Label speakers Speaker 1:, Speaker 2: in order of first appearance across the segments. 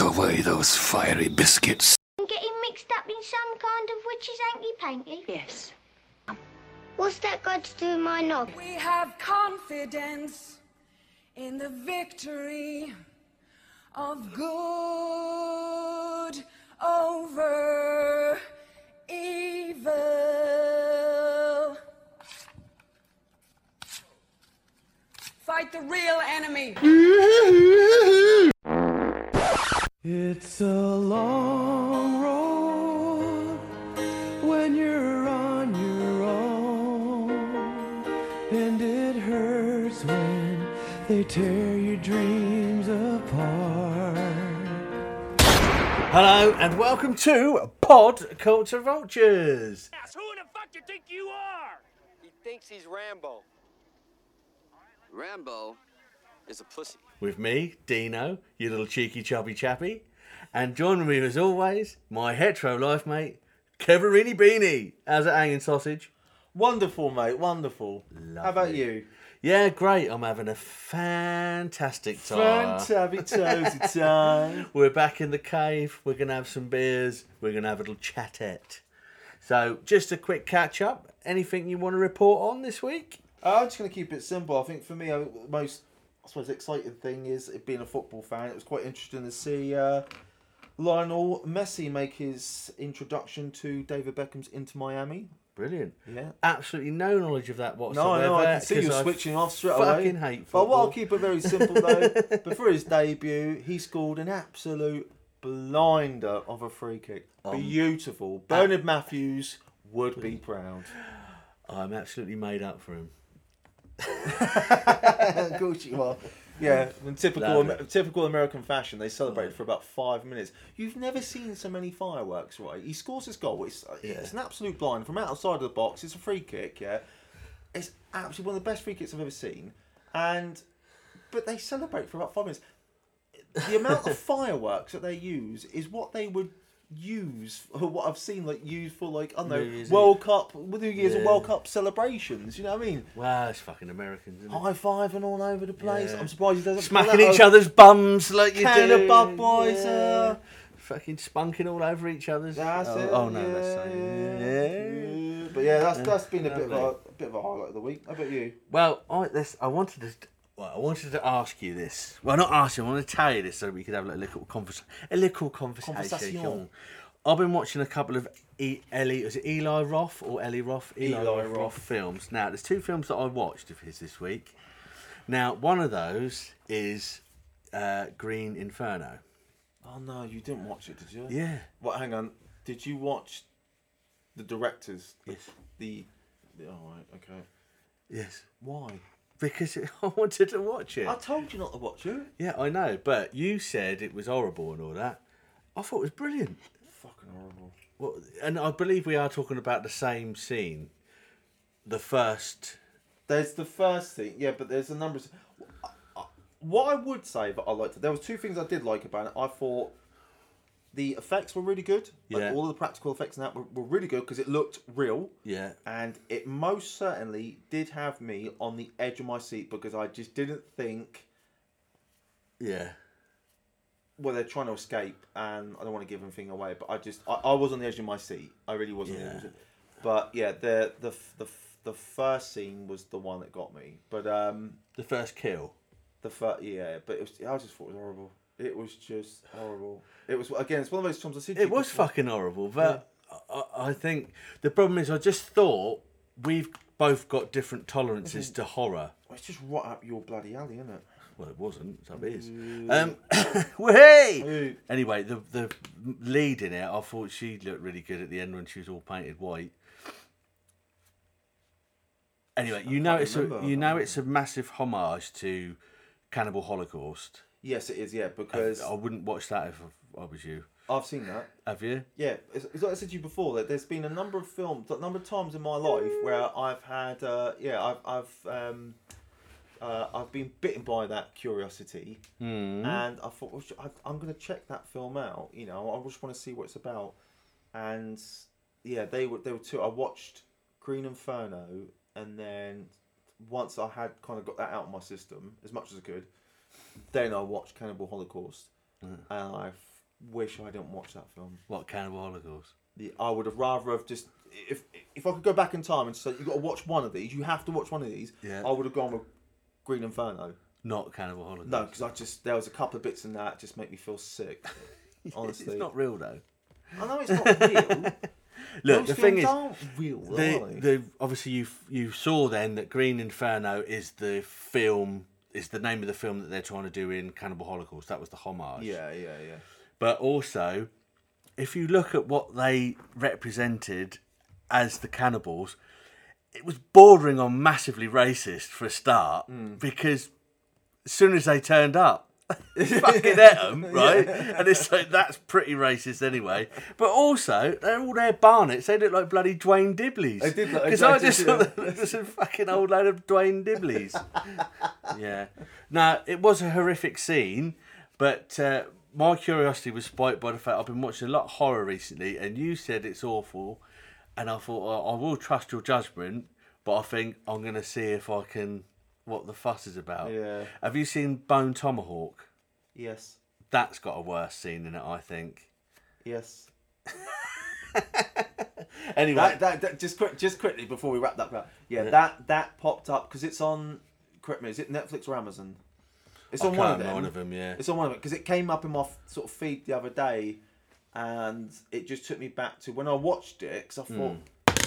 Speaker 1: Away those fiery biscuits.
Speaker 2: And get him mixed up in some kind of witch's hanky-panky?
Speaker 3: Yes.
Speaker 2: What's that got to do with my knob?
Speaker 4: We have confidence in the victory of good over evil. Fight the real enemy.
Speaker 5: It's a long road when you're on your own, and it hurts when they tear your dreams apart.
Speaker 6: Hello and welcome to Pod Culture Vultures.
Speaker 7: Who in the fuck do you think you are?
Speaker 8: He thinks he's Rambo. Rambo is a pussy.
Speaker 6: With me, Dino, you little cheeky chubby chappy, and joining me as always, my hetero life mate, Keverini Beanie. How's it hanging, sausage?
Speaker 9: Wonderful, mate. Wonderful. How about you?
Speaker 6: Yeah, great. I'm having a fantastic time.
Speaker 9: Fantabby toesy time.
Speaker 6: We're back in the cave. We're going to have some beers. We're going to have a little chatette. So, just a quick catch up. Anything you want to report on this week?
Speaker 9: I'm just going to keep it simple. I think for me, I- the most, I suppose, exciting thing is it being a football fan. It was quite interesting to see uh, Lionel Messi make his introduction to David Beckham's Into Miami.
Speaker 6: Brilliant.
Speaker 9: Yeah.
Speaker 6: Absolutely no knowledge of that
Speaker 9: No,
Speaker 6: whatsoever.
Speaker 9: no, I can see you
Speaker 6: 'cause I've-
Speaker 9: switching off straight
Speaker 6: fucking
Speaker 9: away.
Speaker 6: hate
Speaker 9: But
Speaker 6: football.
Speaker 9: what I'll keep it very simple though. Before his debut, he scored an absolute blinder of a free kick. Beautiful. Bernard Matthews would be proud.
Speaker 6: I'm absolutely made up for him.
Speaker 9: of course you are. Yeah, in typical
Speaker 6: Lovely.
Speaker 9: Amer- typical American fashion, they
Speaker 6: Mm.
Speaker 9: celebrated for about five minutes. You've never seen so many fireworks, right? He scores his goal. It's uh, it's an absolute blind from outside of the box. It's a free kick. Yeah, it's absolutely one of the best free kicks I've ever seen. And but they celebrate for about five minutes. The amount of fireworks that they use is what they would use or what I've seen like used for like I don't know
Speaker 6: Year's
Speaker 9: World Cup New Year's and
Speaker 6: Yeah.
Speaker 9: World Cup celebrations. You know what I mean?
Speaker 6: Wow, it's fucking Americans, isn't it?
Speaker 9: high fiving all over the place.
Speaker 6: Yeah.
Speaker 9: I'm surprised he doesn't
Speaker 6: Smacking each other's bums like you
Speaker 9: uh, Can
Speaker 6: do.
Speaker 9: of Bud Boys,
Speaker 6: Yeah.
Speaker 9: uh,
Speaker 6: Fucking spunking all over each other's.
Speaker 9: That's
Speaker 6: oh,
Speaker 9: it.
Speaker 6: oh, no,
Speaker 9: yeah,
Speaker 6: that's saying. Yeah.
Speaker 9: Yeah. But yeah, that's that's been a bit of a,
Speaker 6: Lovely.
Speaker 9: a bit of a highlight of the week. How about you?
Speaker 6: Well, I this I wanted to well, I wanted to ask you this. Well, not ask you. I want to tell you this so we could have a little conversation. A little conversation.
Speaker 9: Conversation.
Speaker 6: I've been watching a couple of e- Eli. Is it Eli Roth or Eli Roth?
Speaker 9: Eli Roth.
Speaker 6: films. Now, there's two films that I watched of his this week. Now, one of those is uh, Green Inferno.
Speaker 9: Oh no, you didn't watch it, did you?
Speaker 6: Yeah.
Speaker 9: What? Hang on. Did you watch the directors? The-
Speaker 6: Yes.
Speaker 9: The. the all right. Okay.
Speaker 6: Yes.
Speaker 9: Why?
Speaker 6: Because I wanted to watch it.
Speaker 9: I told you not to watch it.
Speaker 6: yeah, I know. But you said it was horrible and all that. I thought it was brilliant.
Speaker 9: Fucking horrible.
Speaker 6: Well, and I believe we are talking about the same scene. The first.
Speaker 9: There's the first thing, yeah, but there's a number. Of, what I would say that I liked, there was two things I did like about it. I thought the effects were really good. Like
Speaker 6: Yeah.
Speaker 9: all of the practical effects and that were, were really good because it looked real.
Speaker 6: Yeah.
Speaker 9: And it most certainly did have me on the edge of my seat because I just didn't think,
Speaker 6: Yeah.
Speaker 9: well, they're trying to escape, and I don't want to give anything away, but I just, I, I was on the edge of my seat. I really was. on the edge
Speaker 6: Yeah.
Speaker 9: of- But yeah, the the f- the f- the first scene was the one that got me. But um.
Speaker 6: The first kill.
Speaker 9: The fir- yeah, but it was. I just thought it was horrible. It was just horrible. It was again. It's one of those times I said to
Speaker 6: It
Speaker 9: you
Speaker 6: was
Speaker 9: before-
Speaker 6: fucking horrible, but I I, I think the problem is I just thought we've both got different tolerances
Speaker 9: Mm-hmm.
Speaker 6: to horror.
Speaker 9: It's just right up your bloody alley, isn't it?
Speaker 6: Well, it wasn't. It's up his. Um, woohoo!
Speaker 9: Mm. Hey.
Speaker 6: Anyway, the the lead in it, I thought she looked really good at the end when she was all painted white. Anyway, you know
Speaker 9: can't
Speaker 6: it's a,
Speaker 9: remember.
Speaker 6: you know it's a massive homage to Cannibal Holocaust.
Speaker 9: Yes, it is. Yeah, because
Speaker 6: I wouldn't watch that if I was you.
Speaker 9: I've seen that.
Speaker 6: Have you?
Speaker 9: Yeah, it's, it's like I said to you before that there's been a number of films, a number of times in my life where I've had, uh, yeah, I've, I've, um, uh, I've been bitten by that curiosity, and I thought well, sh- I, I'm going to check that film out. You know, I just want to see what it's about, and yeah, they were they were two. I watched Green Inferno, and then once I had kind of got that out of my system as much as I could, then I watched Cannibal Holocaust, and I f- wish I didn't watch that film.
Speaker 6: What Cannibal Holocaust?
Speaker 9: The, I would have rather have just if if I could go back in time and say you got to watch one of these, you have to watch one of these.
Speaker 6: Yeah.
Speaker 9: I would have gone with Green Inferno.
Speaker 6: Not Cannibal Holocaust.
Speaker 9: No, because I just there was a couple of bits in that just make me feel sick. Honestly,
Speaker 6: it's not real though.
Speaker 9: I know it's not real.
Speaker 6: Look,
Speaker 9: Those
Speaker 6: the thing
Speaker 9: films
Speaker 6: is,
Speaker 9: aren't real, are
Speaker 6: the,
Speaker 9: they?
Speaker 6: the obviously you you saw then that Green Inferno is the film is the name of the film that they're trying to do in Cannibal Holocaust. That was the homage.
Speaker 9: yeah, yeah, yeah.
Speaker 6: But also, if you look at what they represented as the cannibals, it was bordering on massively racist for a start
Speaker 9: Hmm.
Speaker 6: because as soon as they turned up. they fucking at them, right? And it's like that's pretty racist anyway. But also, they're all their barnets. They look like bloody Dwayne Dibleys.
Speaker 9: They did look-
Speaker 6: Because
Speaker 9: I
Speaker 6: I,
Speaker 9: did,
Speaker 6: just saw
Speaker 9: yeah.
Speaker 6: them as a fucking old load of Dwayne Dibleys. yeah. Now it was a horrific scene, but uh, my curiosity was spiked by the fact I've been watching a lot of horror recently, and you said it's awful, and I thought "Oh, I will trust your judgment, but I think I'm gonna see if I can what the fuss is about.
Speaker 9: Yeah.
Speaker 6: Have you seen Bone Tomahawk?
Speaker 9: Yes,
Speaker 6: That's got a worse scene in it, I think.
Speaker 9: yes.
Speaker 6: Anyway,
Speaker 9: That, that, that just quick, just quickly before we wrap that up. Yeah, that that popped up because it's on. Correct me, is it Netflix or Amazon? It's
Speaker 6: I
Speaker 9: on one of
Speaker 6: can't
Speaker 9: them.
Speaker 6: remember Oh, one of them, yeah.
Speaker 9: It's on one of them because it came up in my f- sort of feed the other day, and it just took me back to when I watched it because I
Speaker 6: Hmm.
Speaker 9: thought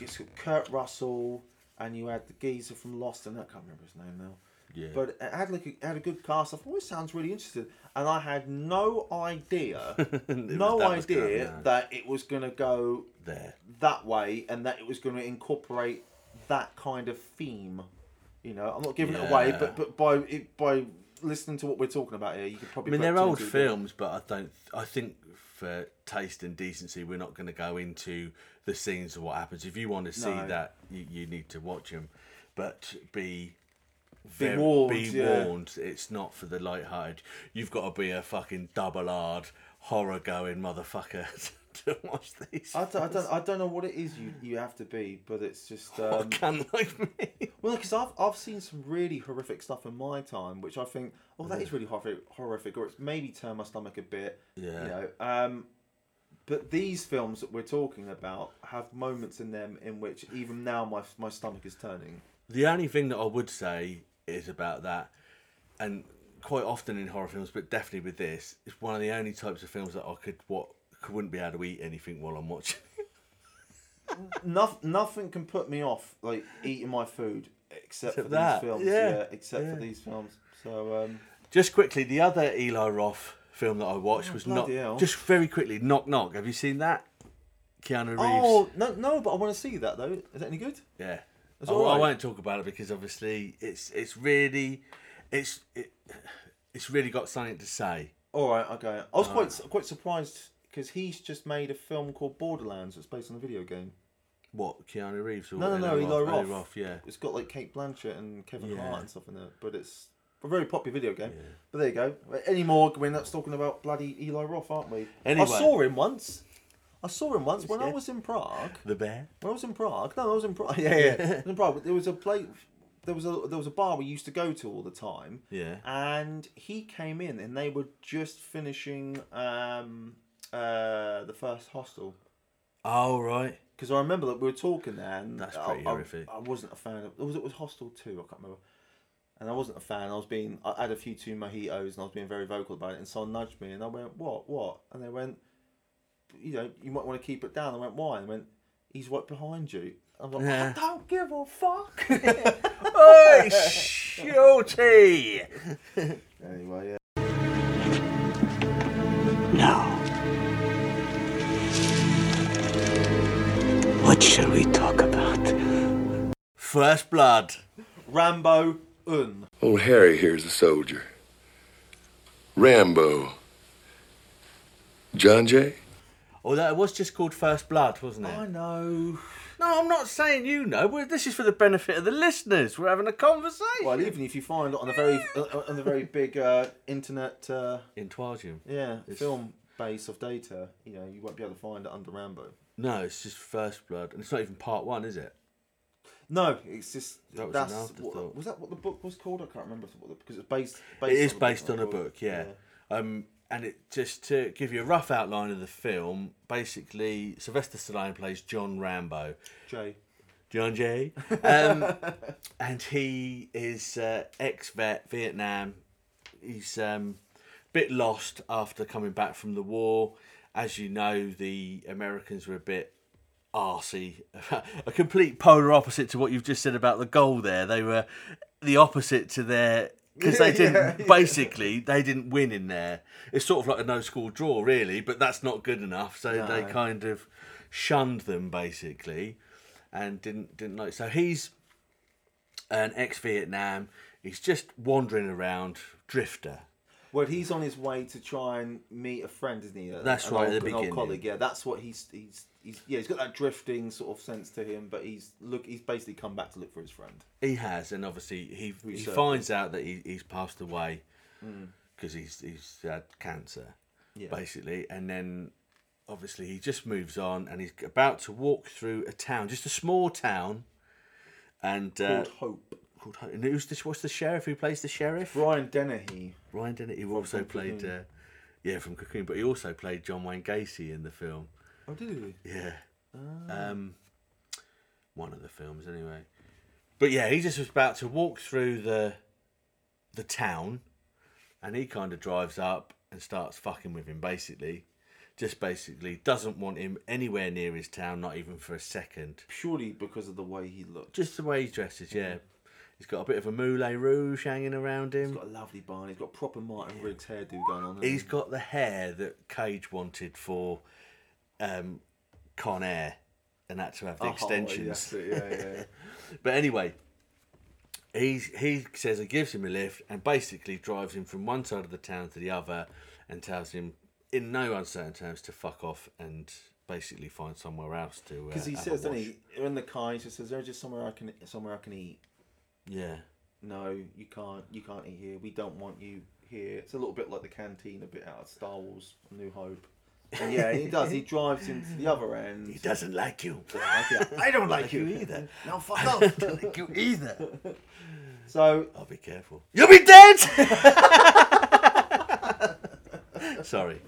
Speaker 9: it's got Kurt Russell and you had the geezer from Lost and I can't remember his name now.
Speaker 6: Yeah.
Speaker 9: But it had like a, it had a good cast. I thought "Oh, it sounds really interesting, and I had no idea, no
Speaker 6: that was
Speaker 9: idea
Speaker 6: gonna- no.
Speaker 9: that it was gonna go
Speaker 6: there.
Speaker 9: that way and that it was going to incorporate that kind of theme. You know, I'm not giving it away,
Speaker 6: Yeah.
Speaker 9: but but by it, by listening to what we're talking about here, you could
Speaker 6: I
Speaker 9: probably.
Speaker 6: mean,
Speaker 9: put
Speaker 6: they're
Speaker 9: two and
Speaker 6: old
Speaker 9: two
Speaker 6: films, but I don't. I think for taste and decency, we're not going to go into the scenes of what happens. If you want to see
Speaker 9: No.
Speaker 6: that, you, you need to watch them, but be
Speaker 9: Be
Speaker 6: very-
Speaker 9: warned,
Speaker 6: Be
Speaker 9: yeah.
Speaker 6: warned. It's not for the light-hearted. You've got to be a fucking double-hard horror-going motherfucker to watch these.
Speaker 9: I don't, I don't I don't know what it is you you have to be, but it's just
Speaker 6: I
Speaker 9: um,
Speaker 6: can like me.
Speaker 9: well because I've I've seen some really horrific stuff in my time, which I think oh that is really horrific, horrific, or it's maybe turned my stomach a bit.
Speaker 6: Yeah.
Speaker 9: You know, um, but these films that we're talking about have moments in them in which even now my my stomach is turning.
Speaker 6: The only thing that I would say is about that, and quite often in horror films, but definitely with this, it's one of the only types of films that I could what wouldn't be able to eat anything while I'm watching.
Speaker 9: Noth- nothing can put me off like eating my food except, for
Speaker 6: Except that,
Speaker 9: these films.
Speaker 6: yeah,
Speaker 9: Yeah, except for
Speaker 6: yeah.
Speaker 9: these films. So um,
Speaker 6: Just quickly, the other Eli Roth film that I watched was not
Speaker 9: Oh, bloody hell.
Speaker 6: just very quickly. Knock Knock. Have you seen that? Keanu Reeves.
Speaker 9: oh no, no, but I want to see that though. Is that any good?
Speaker 6: Yeah.
Speaker 9: It's
Speaker 6: I,
Speaker 9: all
Speaker 6: I
Speaker 9: right.
Speaker 6: won't talk about it because obviously it's it's really it's it, it's really got something to say.
Speaker 9: All right, okay. I was quite quite surprised because he's just made a film called Borderlands that's based on a video game.
Speaker 6: What Keanu Reeves or
Speaker 9: No, no, no, Eli Roth.
Speaker 6: Yeah.
Speaker 9: It's got like Kate Blanchett and Kevin
Speaker 6: Yeah.
Speaker 9: Hart and stuff in it, but it's a very popular video game. But there you go. Any more? We're not talking about bloody Eli Roth, aren't we?
Speaker 6: Anyway.
Speaker 9: I saw him once. I saw him once when I was in Prague.
Speaker 6: The Bear.
Speaker 9: When I was in Prague, no, I was in Prague. Yeah, yeah. I was in Prague. There was a place. There was a there was a bar we used to go to all the time.
Speaker 6: Yeah.
Speaker 9: And he came in, and they were just finishing um, uh, the first hostel.
Speaker 6: Oh right.
Speaker 9: Because I remember that we were talking there, and
Speaker 6: That's
Speaker 9: I-
Speaker 6: pretty
Speaker 9: I,
Speaker 6: horrific.
Speaker 9: I wasn't a fan of. It was it was Hostel Two. I can't remember. And I wasn't a fan. I was being. I had a few too mojitos, and I was being very vocal about it. And someone nudged me, and I went, "What? What?" And they went, "You know, you might want to keep it down." I went, "Why?" And they went, "He's right behind you." I'm like,
Speaker 6: Yeah.
Speaker 9: "I don't give a fuck."
Speaker 6: Oi, shorty!
Speaker 9: anyway, yeah.
Speaker 1: Now, what shall we talk about?
Speaker 6: First blood.
Speaker 9: Rambo Un.
Speaker 3: Old Harry here's a soldier. Rambo. John Jay?
Speaker 6: Although it Oh, was just called First Blood, wasn't it?
Speaker 9: I know.
Speaker 6: No, I'm not saying you know. We're, this is for the benefit of the listeners. We're having a conversation.
Speaker 9: Well, even if you find it on a very on a very big uh, internet. Uh,
Speaker 6: In Twilium.
Speaker 9: Yeah,
Speaker 6: It's-
Speaker 9: film base of data. You know, you won't be able to find it under Rambo.
Speaker 6: No, it's just First Blood. And it's not even part one, is it?
Speaker 9: No, it's just
Speaker 6: That was
Speaker 9: that's
Speaker 6: an
Speaker 9: what,
Speaker 6: afterthought.
Speaker 9: was that what the book was called? I can't remember what the, because it's based. based
Speaker 6: It is
Speaker 9: on a book,
Speaker 6: based
Speaker 9: I
Speaker 6: on a
Speaker 9: thought.
Speaker 6: book, yeah. Um, and it just to give you a rough outline of the film, basically Sylvester Stallone plays John Rambo,
Speaker 9: Jay.
Speaker 6: John Jay, um, and he is uh, ex-vet Vietnam. He's um, a bit lost after coming back from the war. As you know, the Americans were a bit arsey, a complete polar opposite to what you've just said about the goal. There, they were the opposite to their because they didn't basically they didn't win in there. It's sort of like a no score draw, really, but that's not good enough. So they
Speaker 9: No.
Speaker 6: kind of shunned them basically, and didn't didn't like. So he's an ex Vietnam. He's just wandering around, drifter.
Speaker 9: Well, he's on his way to try and meet a friend, isn't he?
Speaker 6: That's right, at the
Speaker 9: an old
Speaker 6: beginning.
Speaker 9: colleague. Yeah, that's what he's he's he's yeah. He's got that drifting sort of sense to him, but he's look. He's basically come back to look for his friend.
Speaker 6: He has, and obviously he he
Speaker 9: Research.
Speaker 6: finds out that he, he's passed away because he's he's had cancer,
Speaker 9: Yeah.
Speaker 6: basically, and then obviously he just moves on, and he's about to walk through a town, just a small town, and uh,
Speaker 9: Called Hope.
Speaker 6: called Ho- and who's this? What's the sheriff? Who plays the sheriff?
Speaker 9: Brian Dennehy.
Speaker 6: Ryan Dennett, who also played, uh, yeah, from Cocoon, but he also played John Wayne Gacy in the film.
Speaker 9: Oh, did he?
Speaker 6: Yeah.
Speaker 9: Oh.
Speaker 6: Um, one of the films, anyway. But yeah, he just was about to walk through the the town, and he kind of drives up and starts fucking with him, basically. Just basically doesn't want him anywhere near his town, not even for a second.
Speaker 9: Purely because of the way he looked.
Speaker 6: Just the way he dresses, yeah. He's got a bit of a Moulin Rouge hanging around him.
Speaker 9: He's got a lovely barn. He's got proper Martin Riggs hairdo going on.
Speaker 6: He's got the hair that Cage wanted for um, Con Air, and had to have the extensions.
Speaker 9: Oh, yes, yeah, yeah.
Speaker 6: But anyway, he's, he says he gives him a lift and basically drives him from one side of the town to the other and tells him, in no uncertain terms, to fuck off and basically find somewhere else to.
Speaker 9: Because
Speaker 6: uh,
Speaker 9: he
Speaker 6: have a
Speaker 9: says, doesn't
Speaker 6: wash.
Speaker 9: he? In the car, he just says, "There's just somewhere I can, e-, somewhere I can eat."
Speaker 6: Yeah.
Speaker 9: No, you can't. You can't eat here. We don't want you here. It's a little bit like the canteen, a bit out of Star Wars: New Hope. And yeah, he does. He drives him to the other end.
Speaker 6: He doesn't like you.
Speaker 9: Okay.
Speaker 6: I don't like you either.
Speaker 9: Now Oh, fuck off.
Speaker 6: don't like you either.
Speaker 9: So
Speaker 6: I'll be careful. You'll be dead! Sorry.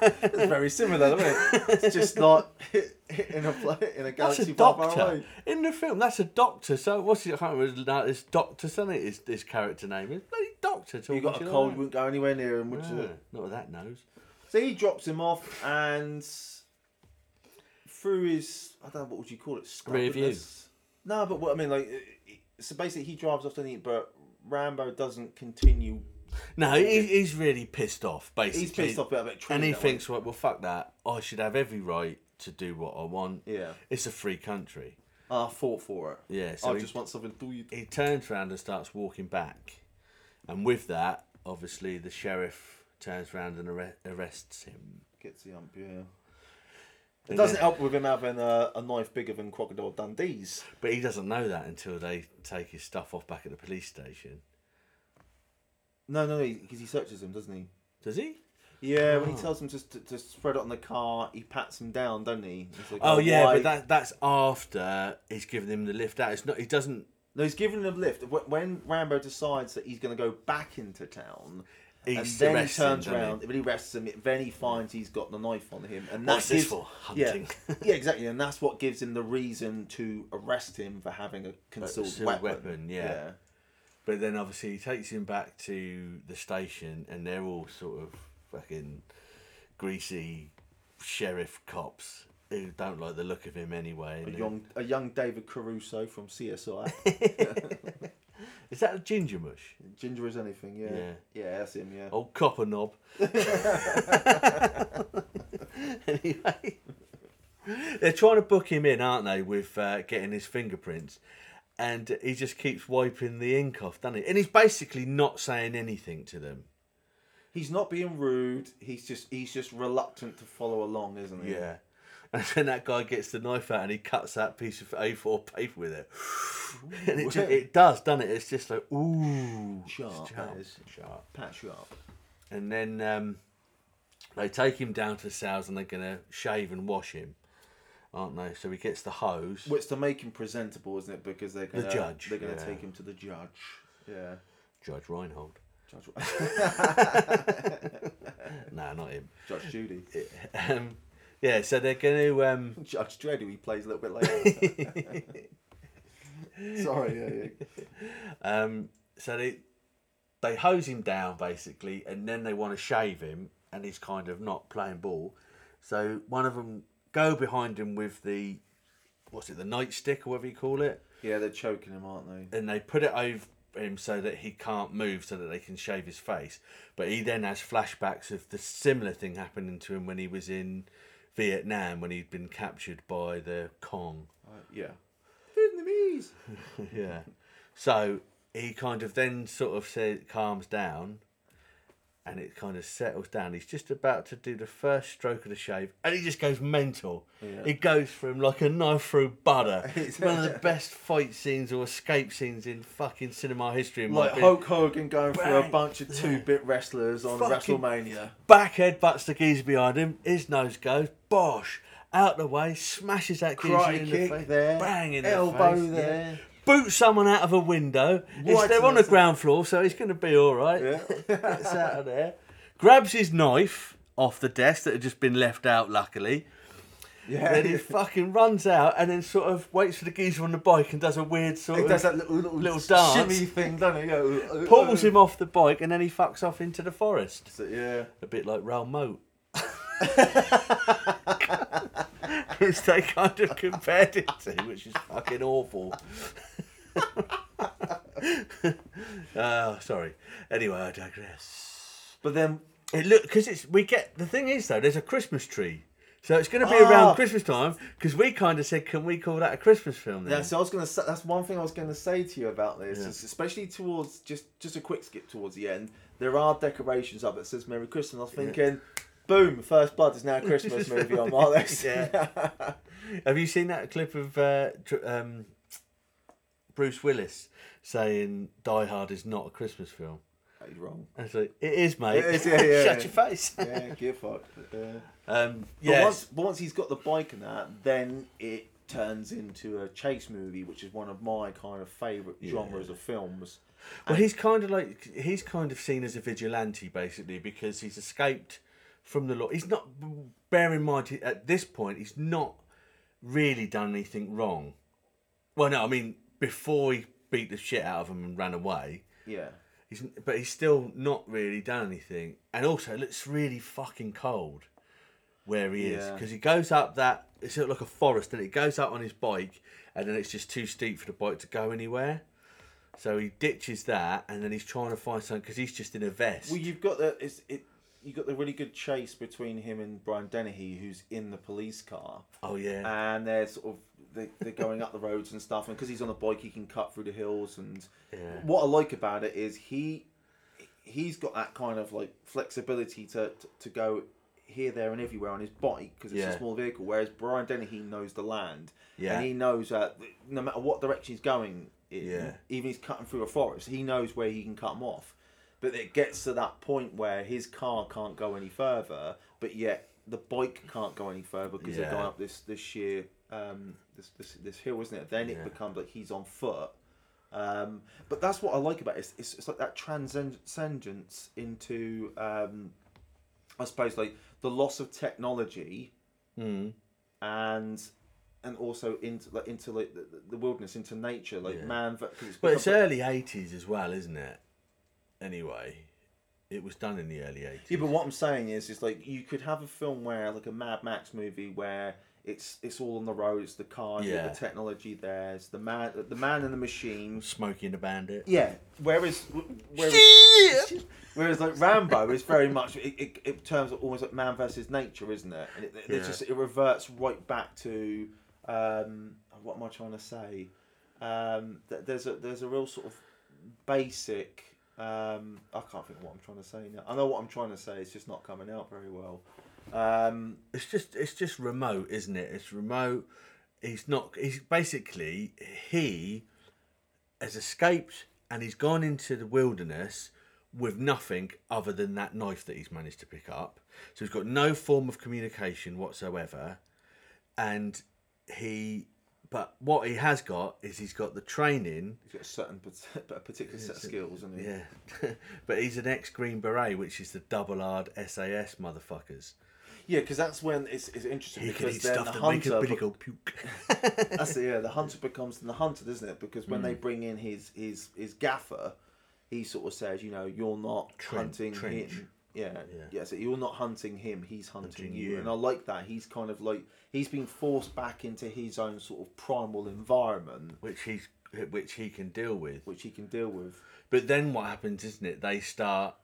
Speaker 9: it's very similar, isn't it? It's just not in a pla in a
Speaker 6: That's
Speaker 9: galaxy
Speaker 6: a
Speaker 9: far, far
Speaker 6: doctor.
Speaker 9: away.
Speaker 6: In the film, that's a doctor. So, what's it? I can't remember now. It's Doctor something. Is this character name? It's bloody Doctor.
Speaker 9: You
Speaker 6: talking
Speaker 9: got
Speaker 6: to
Speaker 9: a
Speaker 6: you
Speaker 9: cold,
Speaker 6: like
Speaker 9: wouldn't go anywhere near him, would
Speaker 6: that.
Speaker 9: you?
Speaker 6: Yeah, Not with that nose.
Speaker 9: So he drops him off and through his I don't know what would you call it
Speaker 6: Rear view.
Speaker 9: stubbornness- No, but what I mean like uh, so basically he drives off to eat, but Rambo doesn't continue.
Speaker 6: No, he, he's really pissed off. Basically,
Speaker 9: He's pissed off about it.
Speaker 6: and he thinks, right, well, fuck that. I should have every right to do what I want.
Speaker 9: Yeah.
Speaker 6: it's a free country.
Speaker 9: I fought for it.
Speaker 6: Yeah, so
Speaker 9: I
Speaker 6: he-
Speaker 9: just want something to eat.
Speaker 6: He turns around and starts walking back, and with that, obviously, the sheriff turns around and arre- arrests him.
Speaker 9: Gets the ump. Yeah. It doesn't help with him having a, a knife bigger than Crocodile Dundee's.
Speaker 6: But he doesn't know that until they take his stuff off back at the police station.
Speaker 9: No, no, no, because he searches him, doesn't he?
Speaker 6: Does he?
Speaker 9: Yeah,
Speaker 6: Oh.
Speaker 9: when he tells him just to, to spread it on the car, he pats him down, doesn't he? He's like,
Speaker 6: Oh yeah,
Speaker 9: why?"
Speaker 6: but that that's after he's given him the lift out. It's not. He doesn't.
Speaker 9: No, he's giving him a lift. Wh- When Rambo decides that he's going to go back into town,
Speaker 6: He
Speaker 9: and then he
Speaker 6: arrests him,
Speaker 9: turns
Speaker 6: doesn't he?
Speaker 9: around, really arrests him. Then he finds he's got the knife on him, and
Speaker 6: What's
Speaker 9: that's
Speaker 6: this for? Hunting.
Speaker 9: Yeah, yeah, exactly, and that's what gives him the reason to arrest him for having a concealed
Speaker 6: concealed
Speaker 9: weapon.
Speaker 6: weapon, yeah. But then obviously he takes him back to the station, and they're all sort of fucking greasy sheriff cops who don't like the look of him anyway.
Speaker 9: A
Speaker 6: and-
Speaker 9: young, a young David Caruso from CSI,
Speaker 6: Is that a ginger mush?
Speaker 9: ginger as anything. Yeah, yeah,
Speaker 6: Yeah.
Speaker 9: that's him. Yeah.
Speaker 6: Old copper knob. anyway, they're trying to book him in, aren't they, with uh, getting his fingerprints. And he just keeps wiping the ink off, doesn't he? And he's basically not saying anything to them.
Speaker 9: He's not being rude. He's just, he's just reluctant to follow along, isn't he?
Speaker 6: And then that guy gets the knife out and he cuts that piece of A4 paper with it. and it, just, it does, doesn't it? It's just like, ooh.
Speaker 9: Sharp,
Speaker 6: it's
Speaker 9: that is.
Speaker 6: Sharp.
Speaker 9: Pat Sharp.
Speaker 6: and then um, they take him down to the cells and they're gonna shave and wash him, aren't they? So he gets the hose.
Speaker 9: Well, it's to make him presentable, isn't it? Because they're gonna,
Speaker 6: judge,
Speaker 9: They're going to
Speaker 6: yeah.
Speaker 9: take him to the judge. Yeah.
Speaker 6: Judge Reinhold.
Speaker 9: Judge, Wa-
Speaker 6: No, not him.
Speaker 9: Judge Judy.
Speaker 6: Um, yeah, so they're going to. Um,
Speaker 9: Judge Dredd, who he plays a little bit later. Sorry, yeah, yeah.
Speaker 6: Um, so they they hose him down basically, and then they want to shave him, and he's kind of not playing ball. So one of them go behind him with the what's it, the nightstick or whatever you call it,
Speaker 9: Yeah, they're choking him, aren't they?
Speaker 6: and they put it over him so that he can't move, so that they can shave his face. But he then has flashbacks of the similar thing happening to him when he was in Vietnam when he'd been captured by the Kong.
Speaker 9: Uh, yeah. Vietnamese.
Speaker 6: Yeah. So he kind of then sort of says, calms down and it kind of settles down. He's just about to do the first stroke of the shave and he just goes mental. It goes for him like a knife through butter. It's one of the best fight scenes or escape scenes in fucking cinema history. In
Speaker 9: Like
Speaker 6: my
Speaker 9: Hulk Hogan going through a
Speaker 6: Bang.
Speaker 9: bunch of two-bit wrestlers on
Speaker 6: Fucking-
Speaker 9: WrestleMania.
Speaker 6: Back headbutts the geezer behind him. His nose goes, bosh. Out the way, smashes that geezer
Speaker 9: Karate
Speaker 6: in the
Speaker 9: kick
Speaker 6: face,
Speaker 9: there,
Speaker 6: bang in the
Speaker 9: elbow
Speaker 6: face, yeah.
Speaker 9: there.
Speaker 6: boot someone out of a window. It's-
Speaker 9: Right
Speaker 6: they're on the
Speaker 9: into-
Speaker 6: ground floor, so he's going to be all right. Gets out of there, grabs his knife off the desk that had just been left out, luckily.
Speaker 9: Yeah,
Speaker 6: Then he fucking runs out and then sort of waits for the geezer on the bike and does a weird sort
Speaker 9: He
Speaker 6: of
Speaker 9: does that little little,
Speaker 6: little dance.
Speaker 9: shimmy thing, doesn't he? Yeah. Uh,
Speaker 6: pulls him off the bike and then he fucks off into the forest,
Speaker 9: So, yeah.
Speaker 6: a bit like Raoul Moat. which they kind of compared it to, which is fucking awful. Oh, sorry. Anyway, I digress.
Speaker 9: But then
Speaker 6: It look because it's we get the thing is though there's a Christmas tree, so it's going to be around
Speaker 9: Ah.
Speaker 6: Christmas time because we kind of said can we call that a Christmas film? Then?
Speaker 9: Yeah, so I was gonna. Say, that's one thing I was gonna say to you about this, is especially towards just just a quick skip towards the end. There are decorations up that says Merry Christmas. I was thinking, boom, First Blood is now a Christmas movie on my list.
Speaker 6: Yeah. Have you seen that clip of uh, Dr- um, Bruce Willis saying Die Hard is not a Christmas film?
Speaker 9: You're wrong.
Speaker 6: And it's like it is, mate.
Speaker 9: It is, yeah, yeah,
Speaker 6: Shut
Speaker 9: yeah.
Speaker 6: your face.
Speaker 9: Yeah, give fuck. Yeah.
Speaker 6: Um,
Speaker 9: But
Speaker 6: yes.
Speaker 9: once, but once he's got the bike and that, then it turns into a chase movie, which is one of my kind of favourite genres of films.
Speaker 6: Well, he's kind of like he's kind of seen as a vigilante basically because he's escaped from the law. He's not. Bear in mind he- at this point, he's not really done anything wrong. Well, no, I mean before he beat the shit out of him and ran away,
Speaker 9: Yeah.
Speaker 6: he's but he's still not really done anything. And also, it looks really fucking cold where he is
Speaker 9: Yeah.
Speaker 6: because he goes up that it's sort of like a forest and it goes up on his bike and then it's just too steep for the bike to go anywhere. So he ditches that and then he's trying to find something because he's just in a vest.
Speaker 9: Well, you've got the it's, it. You got the really good chase between him and Brian Dennehy, who's in the police car.
Speaker 6: oh yeah,
Speaker 9: and they're sort of they, they're going up the roads and stuff and because he's on a bike he can cut through the hills and
Speaker 6: Yeah.
Speaker 9: what i like about it is he he's got that kind of like flexibility to to, to go here there and everywhere on his bike because it's
Speaker 6: Yeah.
Speaker 9: a small vehicle whereas brian dennehy knows the land
Speaker 6: Yeah.
Speaker 9: and he knows that no matter what direction he's going in,
Speaker 6: Yeah.
Speaker 9: even if he's cutting through a forest he knows where he can cut him off but it gets to that point where his car can't go any further but yet the bike can't go any further because they're
Speaker 6: Yeah.
Speaker 9: going up this this sheer um, this, this this hill, isn't it? Then
Speaker 6: Yeah.
Speaker 9: it becomes like he's on foot. Um, but that's what I like about it. It's, it's, it's like that transcendence into, um, I suppose, like the loss of technology,
Speaker 6: Hmm.
Speaker 9: and and also into like, into like the, the wilderness, into nature, like man. ver- 'cause
Speaker 6: but it's
Speaker 9: become-
Speaker 6: early '80s as well, isn't it? Anyway, it was done in the early '80s.
Speaker 9: Yeah, but what I'm saying is, is like you could have a film where, like a Mad Max movie, where it's it's all on the road, it's the car, you've got
Speaker 6: Yeah.
Speaker 9: the technology, there's the man, the man and the machine.
Speaker 6: Smokey and the Bandit.
Speaker 9: Yeah. Whereas, whereas, whereas like Rambo is very much it, it, it turns almost like man versus nature, isn't it? And it, it,
Speaker 6: Yeah.
Speaker 9: just it reverts right back to um, what am I trying to say? Um, th- there's a there's a real sort of basic. Um, I can't think of what I'm trying to say now. I know what I'm trying to say. It's just not coming out very well. Um,
Speaker 6: it's just it's just remote, isn't it? It's remote. He's not. He's basically he has escaped and he's gone into the wilderness with nothing other than that knife that he's managed to pick up. So he's got no form of communication whatsoever, and he But what he has got is he's got the training.
Speaker 9: He's got a certain, pat- a particular set of skills, and
Speaker 6: Yeah. but he's an ex Green Beret, which is the double R'd SAS motherfuckers.
Speaker 9: yeah, because that's when it's, it's interesting
Speaker 6: He can
Speaker 9: because
Speaker 6: eat
Speaker 9: then
Speaker 6: stuff
Speaker 9: the
Speaker 6: that makes
Speaker 9: hunter,
Speaker 6: a billy
Speaker 9: be-
Speaker 6: go puke.
Speaker 9: that's it, yeah, the hunter becomes the hunter, doesn't it? Because when
Speaker 6: Hmm.
Speaker 9: they bring in his his his gaffer, he sort of says, you know, you're not
Speaker 6: Tren-
Speaker 9: hunting
Speaker 6: trench.
Speaker 9: him. Yeah, yeah, So you're not hunting him; he's hunting,
Speaker 6: Hunting
Speaker 9: you.
Speaker 6: you.
Speaker 9: And I like that. He's kind of like he's been forced back into his own sort of primal environment,
Speaker 6: which he's which he can deal with.
Speaker 9: which he can deal with.
Speaker 6: But then what happens, isn't it? They start.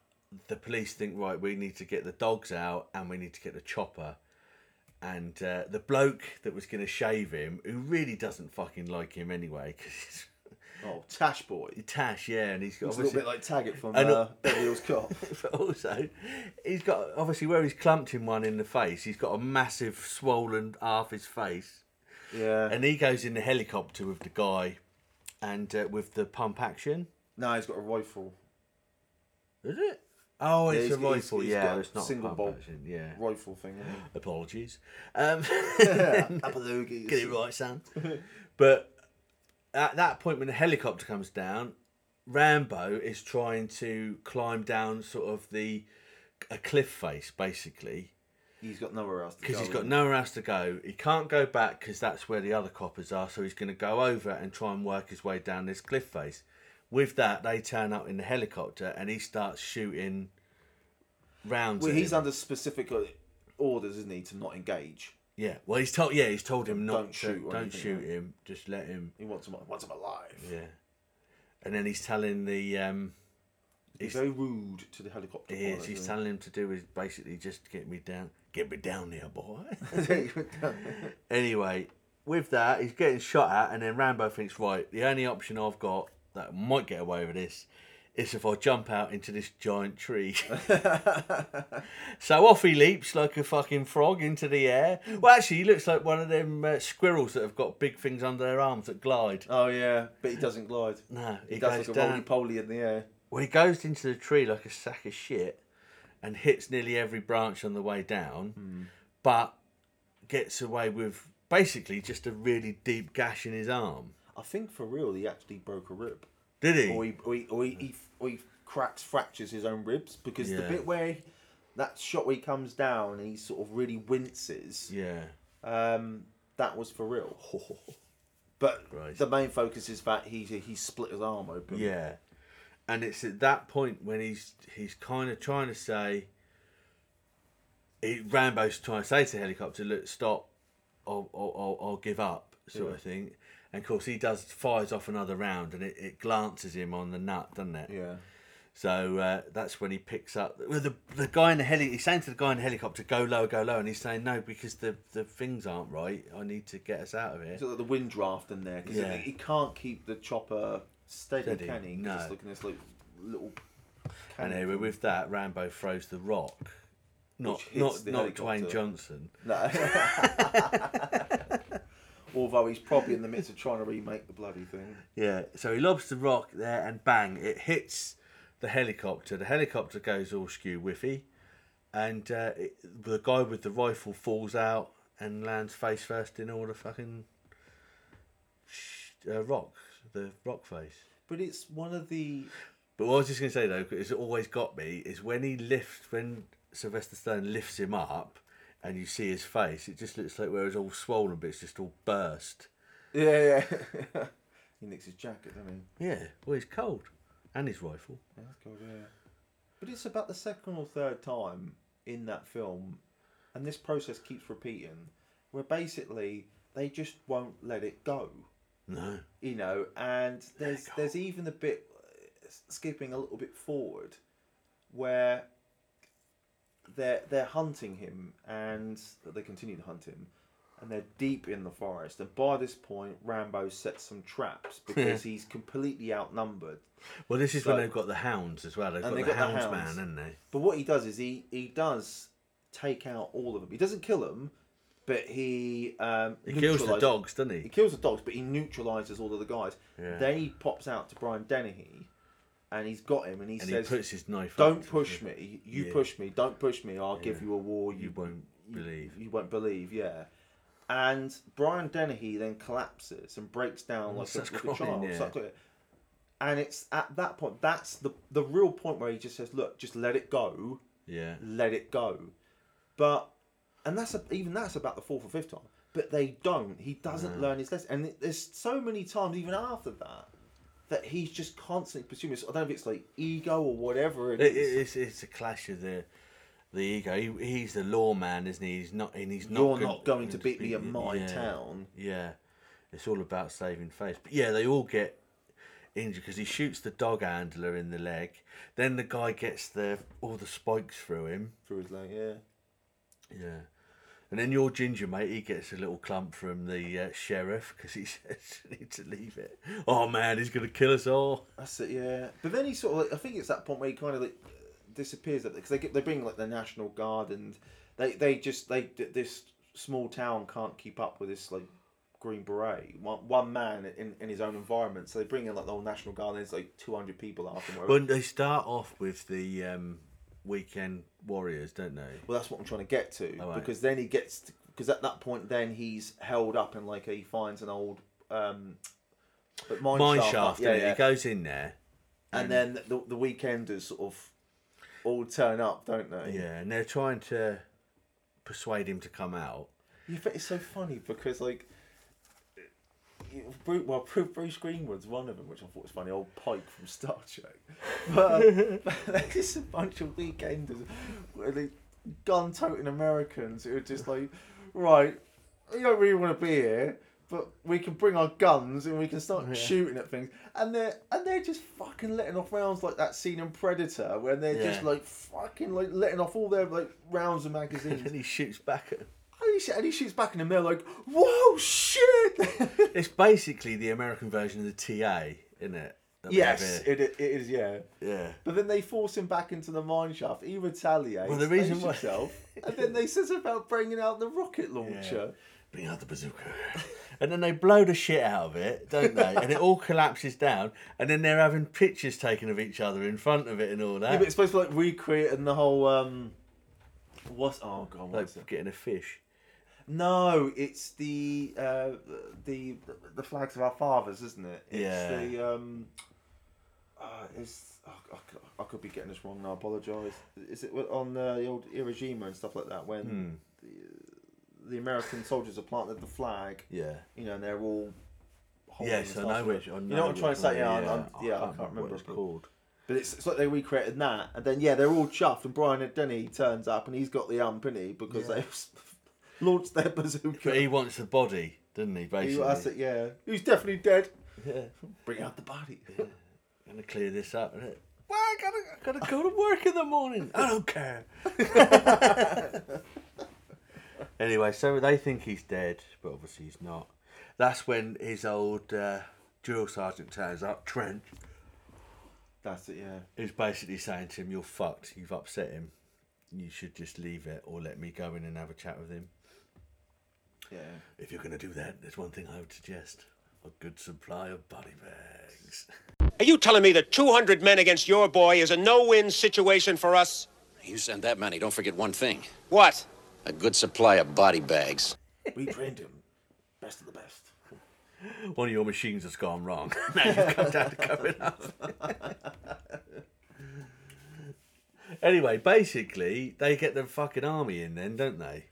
Speaker 6: The police think, right, we need to get the dogs out and we need to get the chopper. And uh, the bloke that was going to shave him, who really doesn't fucking like him anyway, because
Speaker 9: Oh, Tash boy,
Speaker 6: he's Tash, yeah, and he's got
Speaker 9: Looks a little
Speaker 6: obviously,
Speaker 9: bit like Taggart from
Speaker 6: I know.
Speaker 9: uh, Beverly Hills Cop.
Speaker 6: but also he's got obviously where he's clumped him one in the face. He's got a massive swollen half his face,
Speaker 9: Yeah.
Speaker 6: and he goes in the helicopter with the guy, and uh, with the pump action.
Speaker 9: no, he's got a rifle.
Speaker 6: Is it? Oh,
Speaker 9: Yeah,
Speaker 6: it's
Speaker 9: he's-
Speaker 6: a
Speaker 9: he's-
Speaker 6: rifle.
Speaker 9: he's
Speaker 6: yeah,
Speaker 9: got
Speaker 6: it's not
Speaker 9: single
Speaker 6: a pump
Speaker 9: bolt
Speaker 6: action. Yeah.
Speaker 9: Rifle thing. isn't he?
Speaker 6: Apologies. Um,
Speaker 9: Apologies.
Speaker 6: get it right, son. but at that point, when the helicopter comes down, Rambo is trying to climb down sort of the a cliff face, basically,
Speaker 9: He's got nowhere else to go.
Speaker 6: because he's got
Speaker 9: with
Speaker 6: nowhere else to go. He can't go back because that's where the other coppers are. So he's going to go over and try and work his way down this cliff face. With that, they turn up in the helicopter and he starts shooting
Speaker 9: it.
Speaker 6: rounds.
Speaker 9: Well,
Speaker 6: at
Speaker 9: he's
Speaker 6: him.
Speaker 9: under specific uh, orders, isn't he, to not engage?
Speaker 6: yeah. Well, he's told. Yeah, he's told him not
Speaker 9: Don't
Speaker 6: to.
Speaker 9: shoot or
Speaker 6: don't
Speaker 9: anything,
Speaker 6: shoot
Speaker 9: right?
Speaker 6: him. Just let him.
Speaker 9: He wants him, wants him alive.
Speaker 6: Yeah. And then he's telling the um
Speaker 9: He's
Speaker 6: He's-
Speaker 9: very rude to the helicopter.
Speaker 6: he is,
Speaker 9: pilot,
Speaker 6: he's
Speaker 9: isn't
Speaker 6: telling him to do is basically just get me down get me down there, boy. anyway, with that he's getting shot at and then Rambo thinks, right, the only option I've got that might get away with this is if I jump out into this giant tree. so off he leaps like a fucking frog into the air. Well, actually, he looks like one of them uh, squirrels that have got big things under their arms that glide.
Speaker 9: Oh, yeah, but he doesn't glide.
Speaker 6: No,
Speaker 9: He,
Speaker 6: he
Speaker 9: does
Speaker 6: goes
Speaker 9: like a
Speaker 6: down.
Speaker 9: roly poly in the air.
Speaker 6: Well, he goes into the tree like a sack of shit and hits nearly every branch on the way down, but gets away with basically just a really deep gash in his arm.
Speaker 9: I think for real, he actually broke a rib.
Speaker 6: Did he?
Speaker 9: Or he, or he, or he, he, or he cracks, fractures his own ribs because the
Speaker 6: Yeah.
Speaker 9: bit where he- that shot where he comes down and he sort of really winces,
Speaker 6: yeah.
Speaker 9: um, that was for real. But
Speaker 6: Christ.
Speaker 9: the main focus is that he he split his arm open.
Speaker 6: Yeah. And it's at that point when he's he's kind of trying to say he, Rambo's trying to say to the helicopter, look, stop, I'll, I'll, I'll- I'll give up, sort of thing. And of course, he does fires off another round and it, it glances him on the nut, doesn't it?
Speaker 9: yeah.
Speaker 6: So uh, that's when he picks up well, the the guy in the heli. He's saying to the guy in the helicopter, "Go low, go low," and he's saying, "No, because the the things aren't right. I need to get us out of here."
Speaker 9: So that the wind draft in there because
Speaker 6: Yeah.
Speaker 9: he can't keep the chopper steady,
Speaker 6: Steady,
Speaker 9: can he? 'Cause
Speaker 6: no.
Speaker 9: It's looking this like little.
Speaker 6: And anyway, with that, Rambo throws the rock, not
Speaker 9: Which hits
Speaker 6: not
Speaker 9: the
Speaker 6: not Dwayne
Speaker 9: helicopter.
Speaker 6: Johnson.
Speaker 9: Although he's probably in the midst of trying to remake the bloody thing.
Speaker 6: Yeah. So he lobs the rock there, and bang! It hits the helicopter. The helicopter goes all skew whiffy, and uh, it, the guy with the rifle falls out and lands face first in all the fucking sh- uh, rock, the rock face.
Speaker 9: But it's one of the
Speaker 6: But what I was just going to say though, because it always got me, is when he lifts, when Sylvester Stallone lifts him up, and you see his face, it just looks like where it's all swollen, but it's just all burst.
Speaker 9: yeah yeah. he nicks his jacket, doesn't he?
Speaker 6: Yeah, well, he's cold, and his rifle.
Speaker 9: Yeah, that's cool, yeah. But it's about the second or third time in that film, and this process keeps repeating, where basically they just won't let it go.
Speaker 6: No,
Speaker 9: You know, and there's there's even a bit uh, skipping a little bit forward, where they're they're hunting him, and they continue to hunt him, and they're deep in the forest. And by this point, Rambo sets some traps because he's completely outnumbered.
Speaker 6: well, this is when
Speaker 9: So-
Speaker 6: they've got the hounds as well. They've got,
Speaker 9: And
Speaker 6: the
Speaker 9: they've got
Speaker 6: hounds,
Speaker 9: the
Speaker 6: man,
Speaker 9: hounds.
Speaker 6: haven't they?
Speaker 9: But what he does is he he does take out all of them. He doesn't kill them, but he um,
Speaker 6: He kills the
Speaker 9: neutralises-
Speaker 6: dogs, doesn't
Speaker 9: He
Speaker 6: he?
Speaker 9: kills the dogs, but he neutralizes all of the guys.
Speaker 6: Yeah.
Speaker 9: Then he pops out to Brian Dennehy, and he's got him, and he
Speaker 6: And he
Speaker 9: says,
Speaker 6: puts his knife.
Speaker 9: "Don't
Speaker 6: up.
Speaker 9: push me. You
Speaker 6: Yeah.
Speaker 9: push me. Don't push me. I'll give you a war. You,
Speaker 6: You won't believe."
Speaker 9: You, won't believe. Yeah." and Brian Dennehy then collapses and breaks down like, a,
Speaker 6: starts
Speaker 9: like a
Speaker 6: crying,
Speaker 9: child.
Speaker 6: yeah.
Speaker 9: starts crying. And it's at that point that's the the real point where he just says, "Look, just let it go,
Speaker 6: Yeah.
Speaker 9: let it go." But and that's a, even that's about the fourth or fifth time. But they don't. He doesn't learn his lesson. And it- there's so many times even after that that he's just constantly pursuing this. I don't know if it's like ego or whatever it
Speaker 6: It, it,
Speaker 9: is.
Speaker 6: it's, it's a clash of the the ego. He, he's the lawman, isn't he? He's not, and he's not.
Speaker 9: You're
Speaker 6: good-
Speaker 9: not going to beat me in
Speaker 6: you.
Speaker 9: my
Speaker 6: Yeah.
Speaker 9: town.
Speaker 6: Yeah, it's all about saving face. But yeah, they all get injured because he shoots the dog handler in the leg. Then the guy gets the all the spikes through him.
Speaker 9: Through his leg, yeah.
Speaker 6: Yeah. And then your ginger mate, he gets a little clump from the uh, sheriff because he says, "I need to leave it." Oh man, he's gonna kill us all.
Speaker 9: That's it, yeah. But then he sort of, like, I think it's that point where he kind of like disappears because they get, they bring like the national guard and they they just they th- this small town can't keep up with this like green beret one one man in, in his own environment. So they bring in like the whole national guard and there's like two hundred people after him. Well,
Speaker 6: Well, they start off with the um, weekend warriors, don't they?
Speaker 9: well, that's what I'm trying to get to
Speaker 6: Oh, right.
Speaker 9: because then he gets because at that point then he's held up and like he finds an old um but mine,
Speaker 6: Mine
Speaker 9: shaft,
Speaker 6: shaft,
Speaker 9: yeah,
Speaker 6: yeah,
Speaker 9: yeah.
Speaker 6: He goes in there.
Speaker 9: and then the the weekenders sort of all turn up, don't they?
Speaker 6: Yeah, and they're trying to persuade him to come out.
Speaker 9: Yeah, but it's so funny because like, Bruce, well, Bru- Bruce Greenwood's one of them, which I thought was funny. Old Pike from Star Trek, but, but there's just a bunch of weekenders, really gun-toting Americans who are just like, right, we don't really want to be here, but we can bring our guns and we can start shooting at things, and they're and they're just fucking letting off rounds like that scene in Predator where they're just
Speaker 6: Yeah.
Speaker 9: like fucking like letting off all their like rounds of magazines.
Speaker 6: And then he shoots back at him.
Speaker 9: And Oh, he, sh- and he shoots back in the mirror like, whoa, shit!
Speaker 6: It's basically the American version of the TA, isn't it? That we have
Speaker 9: yes,
Speaker 6: here.
Speaker 9: it, it is, yeah.
Speaker 6: yeah.
Speaker 9: But then they force him back into the mine shaft. He retaliates,
Speaker 6: Well, the reason
Speaker 9: thanks
Speaker 6: why-
Speaker 9: himself, and then they says about bringing out the rocket launcher.
Speaker 6: Bring out the bazooka. And then they blow the shit out of it, don't they? and it all collapses down. And then they're having pictures taken of each other in front of it and all
Speaker 9: Yeah,
Speaker 6: that.
Speaker 9: but it's supposed to like recreating the whole um, what's oh god, what's
Speaker 6: like
Speaker 9: it?
Speaker 6: getting a fish.
Speaker 9: No, it's the uh, the the flags of our fathers, isn't it? It's
Speaker 6: Yeah.
Speaker 9: The um, uh, it's oh, I, could, I could be getting this wrong. and I apologise. Is it on uh, the old Iwo Jima and stuff like that when uh, the, the American soldiers have planted the flag?
Speaker 6: Yeah.
Speaker 9: You know, and they're all. holding
Speaker 6: Yes,
Speaker 9: the
Speaker 6: I
Speaker 9: stuff.
Speaker 6: know which. I
Speaker 9: you know what I'm trying to say? Yeah, I'm-
Speaker 6: yeah,
Speaker 9: I'm- yeah, I can't remember
Speaker 6: what
Speaker 9: what
Speaker 6: it's
Speaker 9: it's called.
Speaker 6: called.
Speaker 9: But it's, it's like they recreated that, and then yeah, they're all chuffed, and Brian and Denny turns up, and he's got the ump, is he? Because they've launched their bazooka.
Speaker 6: But he wants the body, doesn't he?
Speaker 9: He-
Speaker 6: Basically,
Speaker 9: that's it, yeah. He's definitely dead. Bring out the body.
Speaker 6: gonna clear this up, isn't it? Well, I gotta, I gotta go to work in the morning. I don't care. anyway, so they think he's dead, but obviously he's not. That's when his old uh, drill sergeant turns up, Trent,
Speaker 9: That's it, yeah.
Speaker 6: is basically saying to him, "You're fucked. You've upset him. You should just leave it, or let me go in and have a chat with him.
Speaker 9: Yeah.
Speaker 6: If you're gonna do that, there's one thing I would suggest: a good supply of body bags."
Speaker 7: Are you telling me that 200 men against your boy is a no win situation for us?
Speaker 10: You send that money, don't forget one thing
Speaker 7: What?
Speaker 10: a good supply of body bags.
Speaker 9: We trained him. Best of the best.
Speaker 6: one of your machines has gone wrong. now you've come down to cover it up. anyway, basically, they get the fucking army in then, don't they?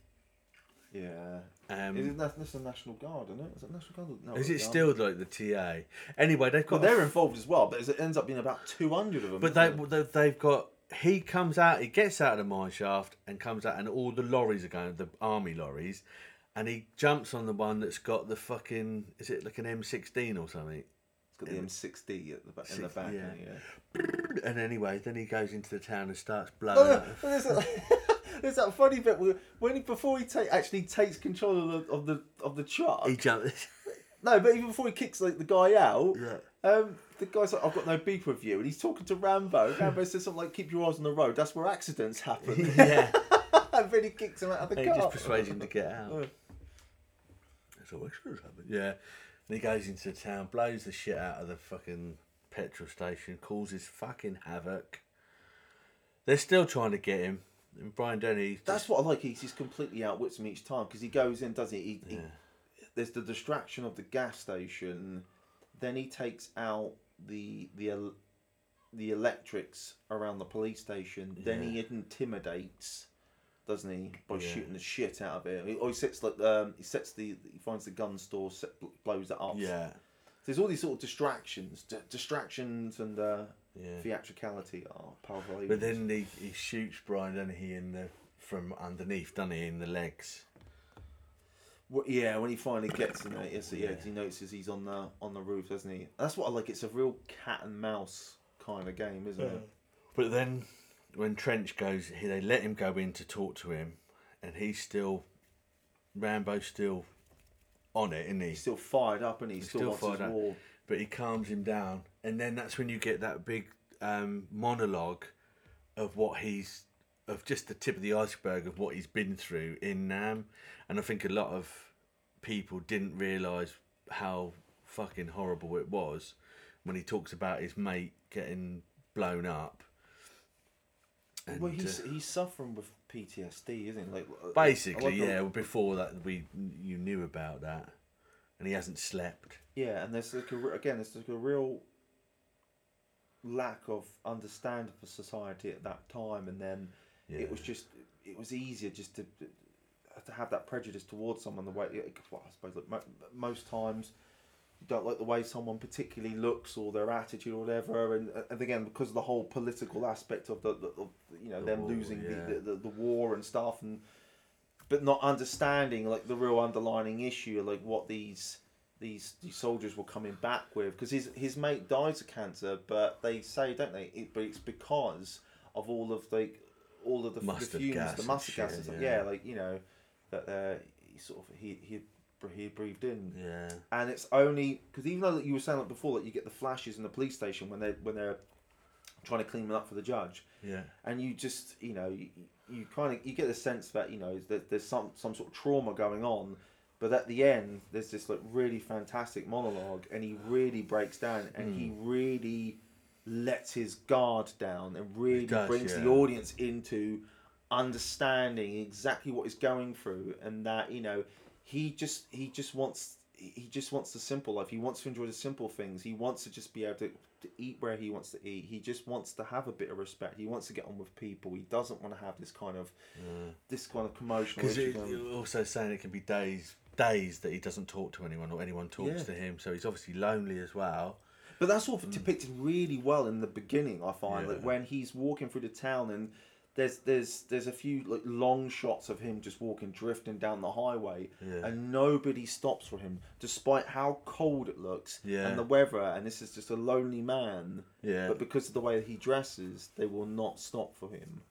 Speaker 9: Yeah.
Speaker 6: Um,
Speaker 9: Isn't that, that's the National Guard, isn't it? Is it National Guard? or- No,
Speaker 6: Is
Speaker 9: the
Speaker 6: it still
Speaker 9: Army.
Speaker 6: like the TA? Anyway, they've
Speaker 9: Well,
Speaker 6: got.
Speaker 9: they're involved as well, but it ends up being about 200 of them.
Speaker 6: but they,
Speaker 9: isn't it?
Speaker 6: they- they've got. He comes out, he gets out of the mine shaft and comes out, and all the lorries are going, the army lorries, and he jumps on the one that's got the fucking. Is it like an M16 or something?
Speaker 9: It's got the M60 at the back, in the
Speaker 6: 60,
Speaker 9: back,
Speaker 6: yeah.
Speaker 9: yeah. Isn't it? yeah.
Speaker 6: And anyway, then he goes into the town and starts blowing.
Speaker 9: Oh, no,
Speaker 6: up.
Speaker 9: well, there's, that, there's that funny bit where when he, before he take, actually takes control of the of the, of the truck.
Speaker 6: He jumps.
Speaker 9: No, but even before he kicks like the guy out,
Speaker 6: Yeah.
Speaker 9: um, the guy's like, "I've got no beef with you," and he's talking to Rambo. Rambo says something like, "Keep your eyes on the road. That's where accidents happen."
Speaker 6: yeah.
Speaker 9: and then he kicks him out of the
Speaker 6: And he
Speaker 9: car.
Speaker 6: just persuades him to get out. That's all extras happen. Yeah. And he goes into town, blows the shit out of the fucking petrol station, causes fucking havoc. They're still trying to get him. And Brian Denny.
Speaker 9: That's what I like. He's, he's completely outwits me each time because he goes in, doesn't he? he, he there's the distraction of the gas station. Then he takes out the the el- the electrics around the police station. Then he intimidates, doesn't he, by shooting the shit out of it? He, or he sets like um, he sets the he finds the gun store, set, blows it up.
Speaker 6: Yeah.
Speaker 9: There's all these sort of distractions, d- distractions and uh,
Speaker 6: Yeah.
Speaker 9: theatricality are powerful.
Speaker 6: But then he, he shoots Brian Dennehy in the from underneath, doesn't he, in the legs?
Speaker 9: Well, yeah, when he finally gets in there, yes, yeah, 'cause he notices he's on the on the roof, doesn't he? That's what I like. It's a real cat and mouse kind of game, isn't it?
Speaker 6: But then when Trench goes, he, they let him go in to talk to him, and he's still Rambo's still on it, isn't he?
Speaker 9: He's still fired up, and he still, wants his
Speaker 6: fired up,
Speaker 9: war.
Speaker 6: But he calms him down, and then that's when you get that big um, monologue of what he's of just the tip of the iceberg of what he's been through in Nam, and I think a lot of people didn't realise how fucking horrible it was when he talks about his mate getting blown up. And,
Speaker 9: Well,
Speaker 6: uh,
Speaker 9: he's he's suffering with PTSD, isn't he? Like uh,
Speaker 6: basically,
Speaker 9: like
Speaker 6: yeah.
Speaker 9: a-
Speaker 6: Before that, we you knew about that, and he hasn't slept.
Speaker 9: yeah. And there's like a, re- again, there's like a real lack of understanding for society at that time, and then
Speaker 6: Yeah.
Speaker 9: it was just it was easier just to to have that prejudice towards someone the way well, I suppose like mo- most times you don't like the way someone particularly looks or their attitude or whatever and, and again because of the whole political aspect of the, the of, you know them
Speaker 6: war,
Speaker 9: losing
Speaker 6: yeah.
Speaker 9: the, the, the, the war and stuff and but not understanding like the real underlining issue like what these these, these soldiers were coming back with because his his mate dies of cancer but they say don't they it, but it's because of all of like all of the, the
Speaker 6: Mustard
Speaker 9: fumes
Speaker 6: gas
Speaker 9: the
Speaker 6: and
Speaker 9: mustard
Speaker 6: shit,
Speaker 9: gas and stuff
Speaker 6: yeah.
Speaker 9: yeah. like you know that uh, he sort of he he he breathed in
Speaker 6: Yeah.
Speaker 9: and it's only because even though that you were saying like before that you get the flashes in the police station when they when they're trying to clean them up for the judge
Speaker 6: Yeah.
Speaker 9: and you just you know you, you kind of you get the sense that you know that there's some some sort of trauma going on but at the end there's this like really fantastic monologue and he really breaks down and he
Speaker 6: Hmm.
Speaker 9: really lets his guard down and really
Speaker 6: does,
Speaker 9: brings
Speaker 6: yeah.
Speaker 9: the audience into understanding exactly what he's going through and that you know he just he just wants he he just wants the simple life he wants to enjoy the simple things he wants to just be able to, to eat where he wants to eat he just wants to have a bit of respect he wants to get on with people he doesn't want to have this kind of this kind of commotion um,
Speaker 6: Because you're also saying it can be days days that he doesn't talk to anyone or anyone talks
Speaker 9: Yeah.
Speaker 6: to him, so he's obviously lonely as well.
Speaker 9: But that's all depicted really well in the beginning. I find
Speaker 6: Mm. Yeah.
Speaker 9: like when he's walking through the town and there's there's there's a few like long shots of him just walking drifting down the highway
Speaker 6: Yeah.
Speaker 9: and nobody stops for him despite how cold it looks
Speaker 6: Yeah.
Speaker 9: and the weather and this is just a lonely man
Speaker 6: Yeah.
Speaker 9: but because of the way he dresses they will not stop for him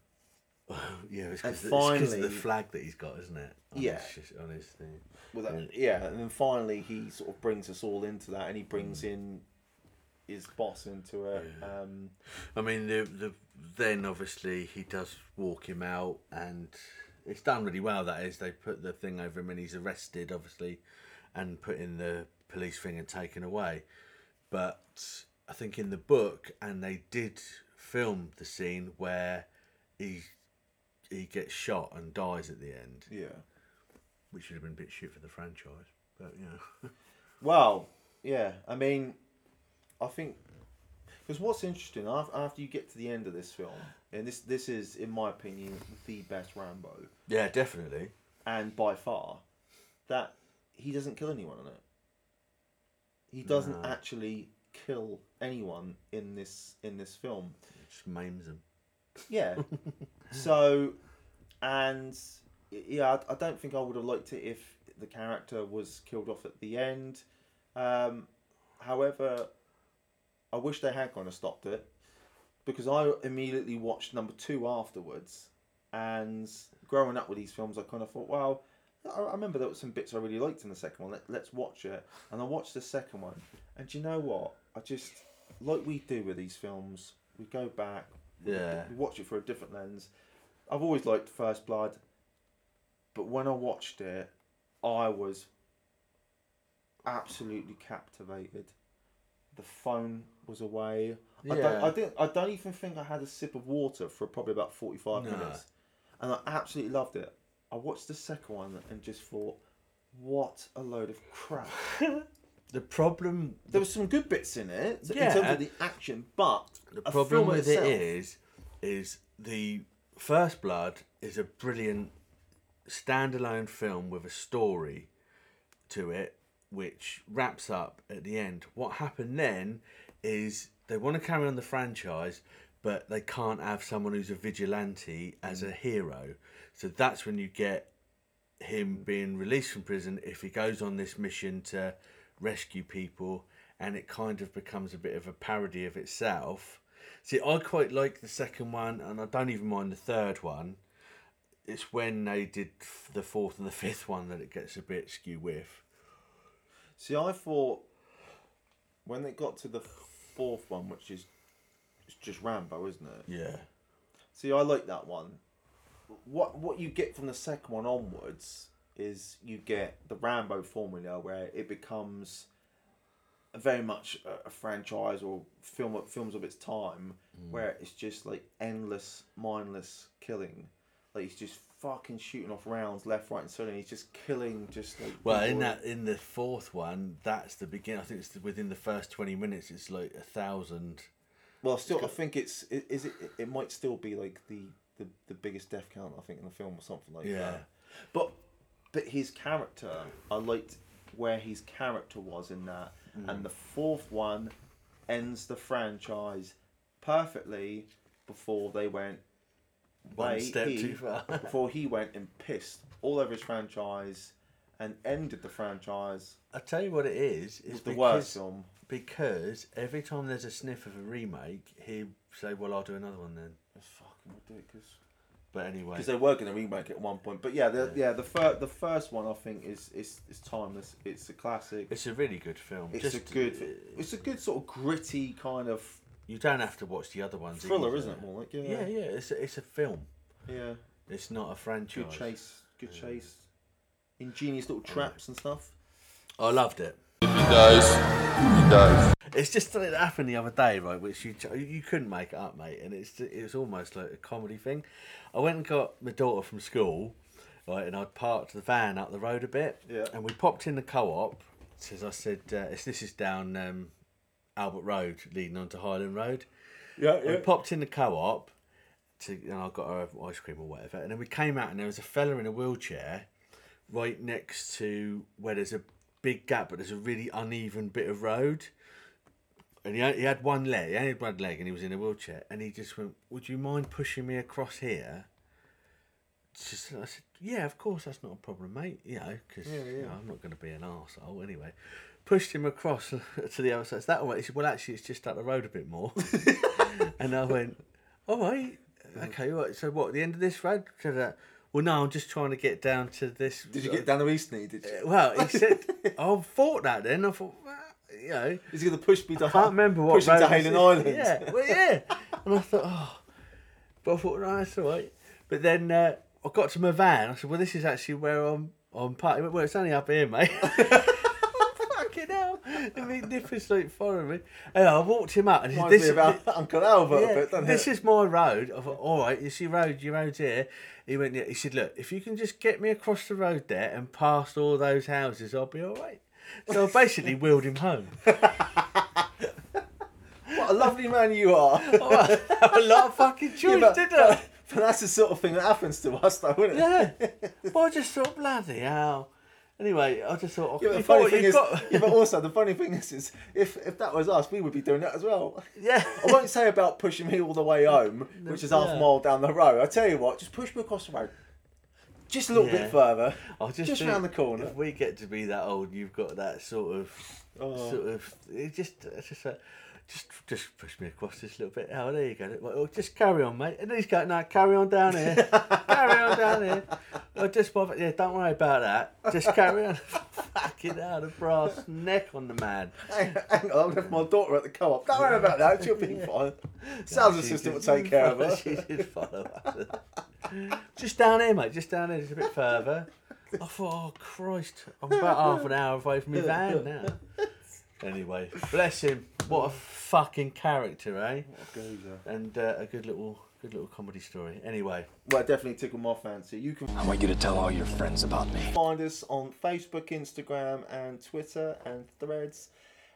Speaker 6: Yeah, it's
Speaker 9: And
Speaker 6: because of the
Speaker 9: finally-
Speaker 6: flag that he's got, isn't it? On
Speaker 9: Yeah.
Speaker 6: his, sh- on his thing.
Speaker 9: Well, that, yeah, and then finally he sort of brings us all into that, and he brings
Speaker 6: Mm.
Speaker 9: in his boss into it. Um,
Speaker 6: I mean, the the then obviously he does walk him out, and it's done really well. That is, they put the thing over him, and he's arrested, obviously, and put in the police thing and taken away. But I think in the book, and they did film the scene where he he gets shot and dies at the end,
Speaker 9: yeah.
Speaker 6: which would have been a bit shit for the franchise. But you know,
Speaker 9: Well, yeah. I mean, I think because what's interesting af- after you get to the end of this film, and this this is, in my opinion, the best Rambo,
Speaker 6: yeah, definitely.
Speaker 9: and by far, that he doesn't kill anyone in it. He doesn't actually kill anyone in this in this film.
Speaker 6: Just maims him.
Speaker 9: Yeah. so, and y- yeah, I, I don't think I would have liked it if the character was killed off at the end. Um, however, I wish they had kind of stopped it because I immediately watched number two afterwards. And growing up with these films, I kind of thought, well, I I remember there were some bits I really liked in the second one. Let, let's watch it. And I watched the second one. And do you know what? I just, like we do with these films, we go back,
Speaker 6: Yeah.
Speaker 9: we watch it for a different lens. I've always liked First Blood, but when I watched it, I was absolutely captivated. The phone was away. I, don't,
Speaker 6: Yeah.
Speaker 9: I didn't. I don't even think I had a sip of water for probably about forty-five
Speaker 6: No.
Speaker 9: minutes. and I absolutely loved it. I watched the second one and just thought, what a load of crap.
Speaker 6: The problem
Speaker 9: there were some good bits in it in terms
Speaker 6: Yeah.
Speaker 9: of the action, but
Speaker 6: The
Speaker 9: a
Speaker 6: problem
Speaker 9: film
Speaker 6: with
Speaker 9: itself,
Speaker 6: it is, is the First Blood is a brilliant standalone film with a story to it, which wraps up at the end. What happened then is they want to carry on the franchise, but they can't have someone who's a vigilante as a hero. So that's when you get him being released from prison if he goes on this mission to rescue people and it kind of becomes a bit of a parody of itself. See, I quite like the second one and I don't even mind the third one. It's when they did f- the fourth and the fifth one that it gets a bit skew with.
Speaker 9: See, I thought when they got to the fourth one, which is it's just Rambo, isn't it?
Speaker 6: Yeah.
Speaker 9: See, I like that one. What what you get from the second one onwards is you get the Rambo formula where it becomes a very much a, a franchise or film films of its time where it's just like endless mindless killing. Like he's just fucking shooting off rounds left, right, and center. And he's just killing, just like
Speaker 6: Well, in
Speaker 9: people.
Speaker 6: that in the fourth one, that's the beginning. I think it's within the first twenty minutes. It's like a thousand.
Speaker 9: Well, still, I think it's i- is it. It might still be like the the, the biggest death count I think in the film or something like
Speaker 6: Yeah.
Speaker 9: that. But but his character, I liked where his character was in that,
Speaker 6: Mm.
Speaker 9: and the fourth one ends the franchise perfectly before they went
Speaker 6: One
Speaker 9: way
Speaker 6: step
Speaker 9: he-
Speaker 6: too far.
Speaker 9: before he went and pissed all over his franchise and ended the franchise
Speaker 6: I tell you what it is. It's
Speaker 9: with the worst
Speaker 6: because-
Speaker 9: film.
Speaker 6: Because every time there's a sniff of a remake, he'd say, "Well, I'll do another one then."
Speaker 9: It's fucking ridiculous.
Speaker 6: But anyway,
Speaker 9: because they were going to remake it at one point. But yeah, the, yeah, the first the first one I think is is, is timeless. It's a classic.
Speaker 6: it's
Speaker 9: It's,
Speaker 6: a really good film.
Speaker 9: a
Speaker 6: Just,
Speaker 9: good.
Speaker 6: uh,
Speaker 9: It's a good sort of gritty kind of
Speaker 6: You don't have to watch the other ones.
Speaker 9: thriller,
Speaker 6: either.
Speaker 9: isn't it? More like yeah,
Speaker 6: Yeah, yeah. It's a, it's a film.
Speaker 9: yeah.
Speaker 6: It's not a franchise.
Speaker 9: Good chase, good chase, ingenious little traps and stuff.
Speaker 6: I loved it. It's just something that happened the other day, right? Which you you couldn't make it up, mate. And it's it was almost like a comedy thing. I went and got my daughter from school, right? And I'd parked the van up the road a bit,
Speaker 9: Yeah.
Speaker 6: And we popped in the co-op. As I said, uh, it's, this is down um, Albert Road, leading onto Highland Road.
Speaker 9: Yeah,
Speaker 6: We popped in the co-op to, and I got her ice cream or whatever. And then we came out, and there was a fella in a wheelchair right next to where there's a big gap, but there's a really uneven bit of road. And he, he had one leg, he only had one leg, and he was in a wheelchair. And he just went, "Would you mind pushing me across here?" It's Just, I said, "Yeah, of course, that's not a problem, mate. You know, because I'm not going to be an arsehole anyway." Pushed him across to the other side. Is that all right? He said, "Well, actually, it's just up the road a bit more." And I went, all right, okay, all right. So what? The end of this road? So that- Well, no, I'm just trying to get down to this.
Speaker 9: Did you get down to Eastney? Did you?
Speaker 6: Well, he said, "Oh, I thought that. Then I thought, well, you know,
Speaker 9: Is he going to push me down?
Speaker 6: I can't remember what
Speaker 9: push me to
Speaker 6: road this
Speaker 9: Halen
Speaker 6: is.
Speaker 9: Island.
Speaker 6: Yeah, well, yeah. and I thought, oh, but I thought, no, that's all right. But then uh, I got to my van. I said, well, this is actually where I'm. I'm party. Well, it's only up here, mate. Fucking hell! I mean, Nipper's like following me. And I walked him up, and he said, this
Speaker 9: Reminds me
Speaker 6: is
Speaker 9: about Uncle Albert
Speaker 6: yeah,
Speaker 9: a bit, doesn't
Speaker 6: this
Speaker 9: it?
Speaker 6: is my road. I thought, all right, it's your road, your road's here. He went, yeah. he said, look, if you can just get me across the road there and past all those houses, I'll be all right. So I basically wheeled him home.
Speaker 9: What a lovely man you are.
Speaker 6: a lot of fucking choice,
Speaker 9: but-
Speaker 6: didn't I?
Speaker 9: but that's the sort of thing that happens to us, though, isn't it?
Speaker 6: Yeah. But I just thought, bloody hell. Anyway, I just thought, oh,
Speaker 9: Yeah, but the
Speaker 6: you
Speaker 9: funny
Speaker 6: thought
Speaker 9: thing
Speaker 6: you've
Speaker 9: is,
Speaker 6: got...
Speaker 9: yeah, but also the funny thing is, is if if that was us, we would be doing that as well.
Speaker 6: Yeah.
Speaker 9: I won't say about pushing me all the way home, which is half a
Speaker 6: yeah.
Speaker 9: mile down the road. I tell you what, just push me across the road, just a little
Speaker 6: Yeah.
Speaker 9: bit further,
Speaker 6: I
Speaker 9: just,
Speaker 6: just, think
Speaker 9: round the corner.
Speaker 6: If we get to be that old, you've got that sort of,
Speaker 9: Oh.
Speaker 6: sort of. It just, it's just, like, just, just push me across this little bit. Oh, there you go. Well, oh, just carry on, mate. And then he's going, no, carry on down here. carry on down here. Oh, just bother. Yeah, don't worry about that. Just carry on. Fucking out of brass neck on the man.
Speaker 9: Hang, hang on, I left my daughter at the co-op. Don't worry about that. She'll be fine. Sales
Speaker 6: She
Speaker 9: assistant will
Speaker 6: did-
Speaker 9: take care of her.
Speaker 6: She did follow us. just down here, mate. Just down here, just a bit further. I thought, oh Christ, I'm about half an hour away from my van now. Anyway, bless him. What a fucking character, eh? And uh, a good little
Speaker 11: Good little comedy story. Anyway,
Speaker 9: Well, it definitely tickled my fancy. You can
Speaker 12: I want you to tell all your friends about me.
Speaker 9: find us on Facebook, Instagram, and Twitter and threads.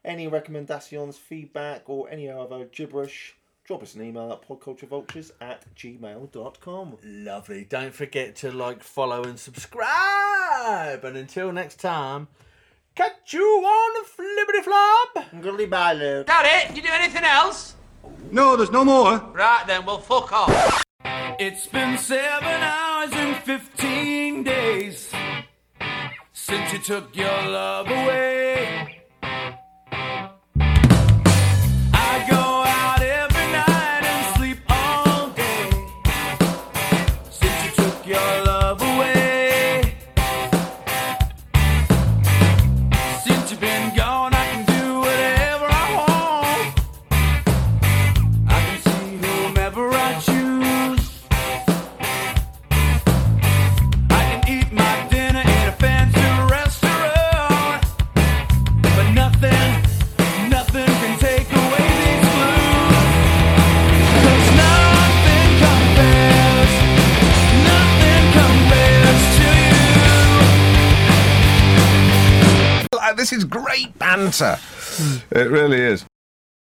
Speaker 9: Any recommendations, feedback, or any other gibberish, drop us an email at podculturevultures at gmail.com.
Speaker 11: lovely. Don't forget to like, follow, and subscribe. And until next time, catch you on the flippity flop.
Speaker 9: Goodbye, Luke.
Speaker 13: Got it? You do anything else?
Speaker 3: No, there's no more.
Speaker 13: Right then, well, fuck off.
Speaker 6: It's been seven hours and 15 days since you took your love away. I go out every night and sleep all day since you took your love away. Since you've been gone, I can do whatever I want. I can see whomever I choose. I can eat my dinner in a fancy restaurant, but nothing, nothing can take away these blues. 'Cause nothing compares, nothing compares to you.
Speaker 3: This is great banter. It really is.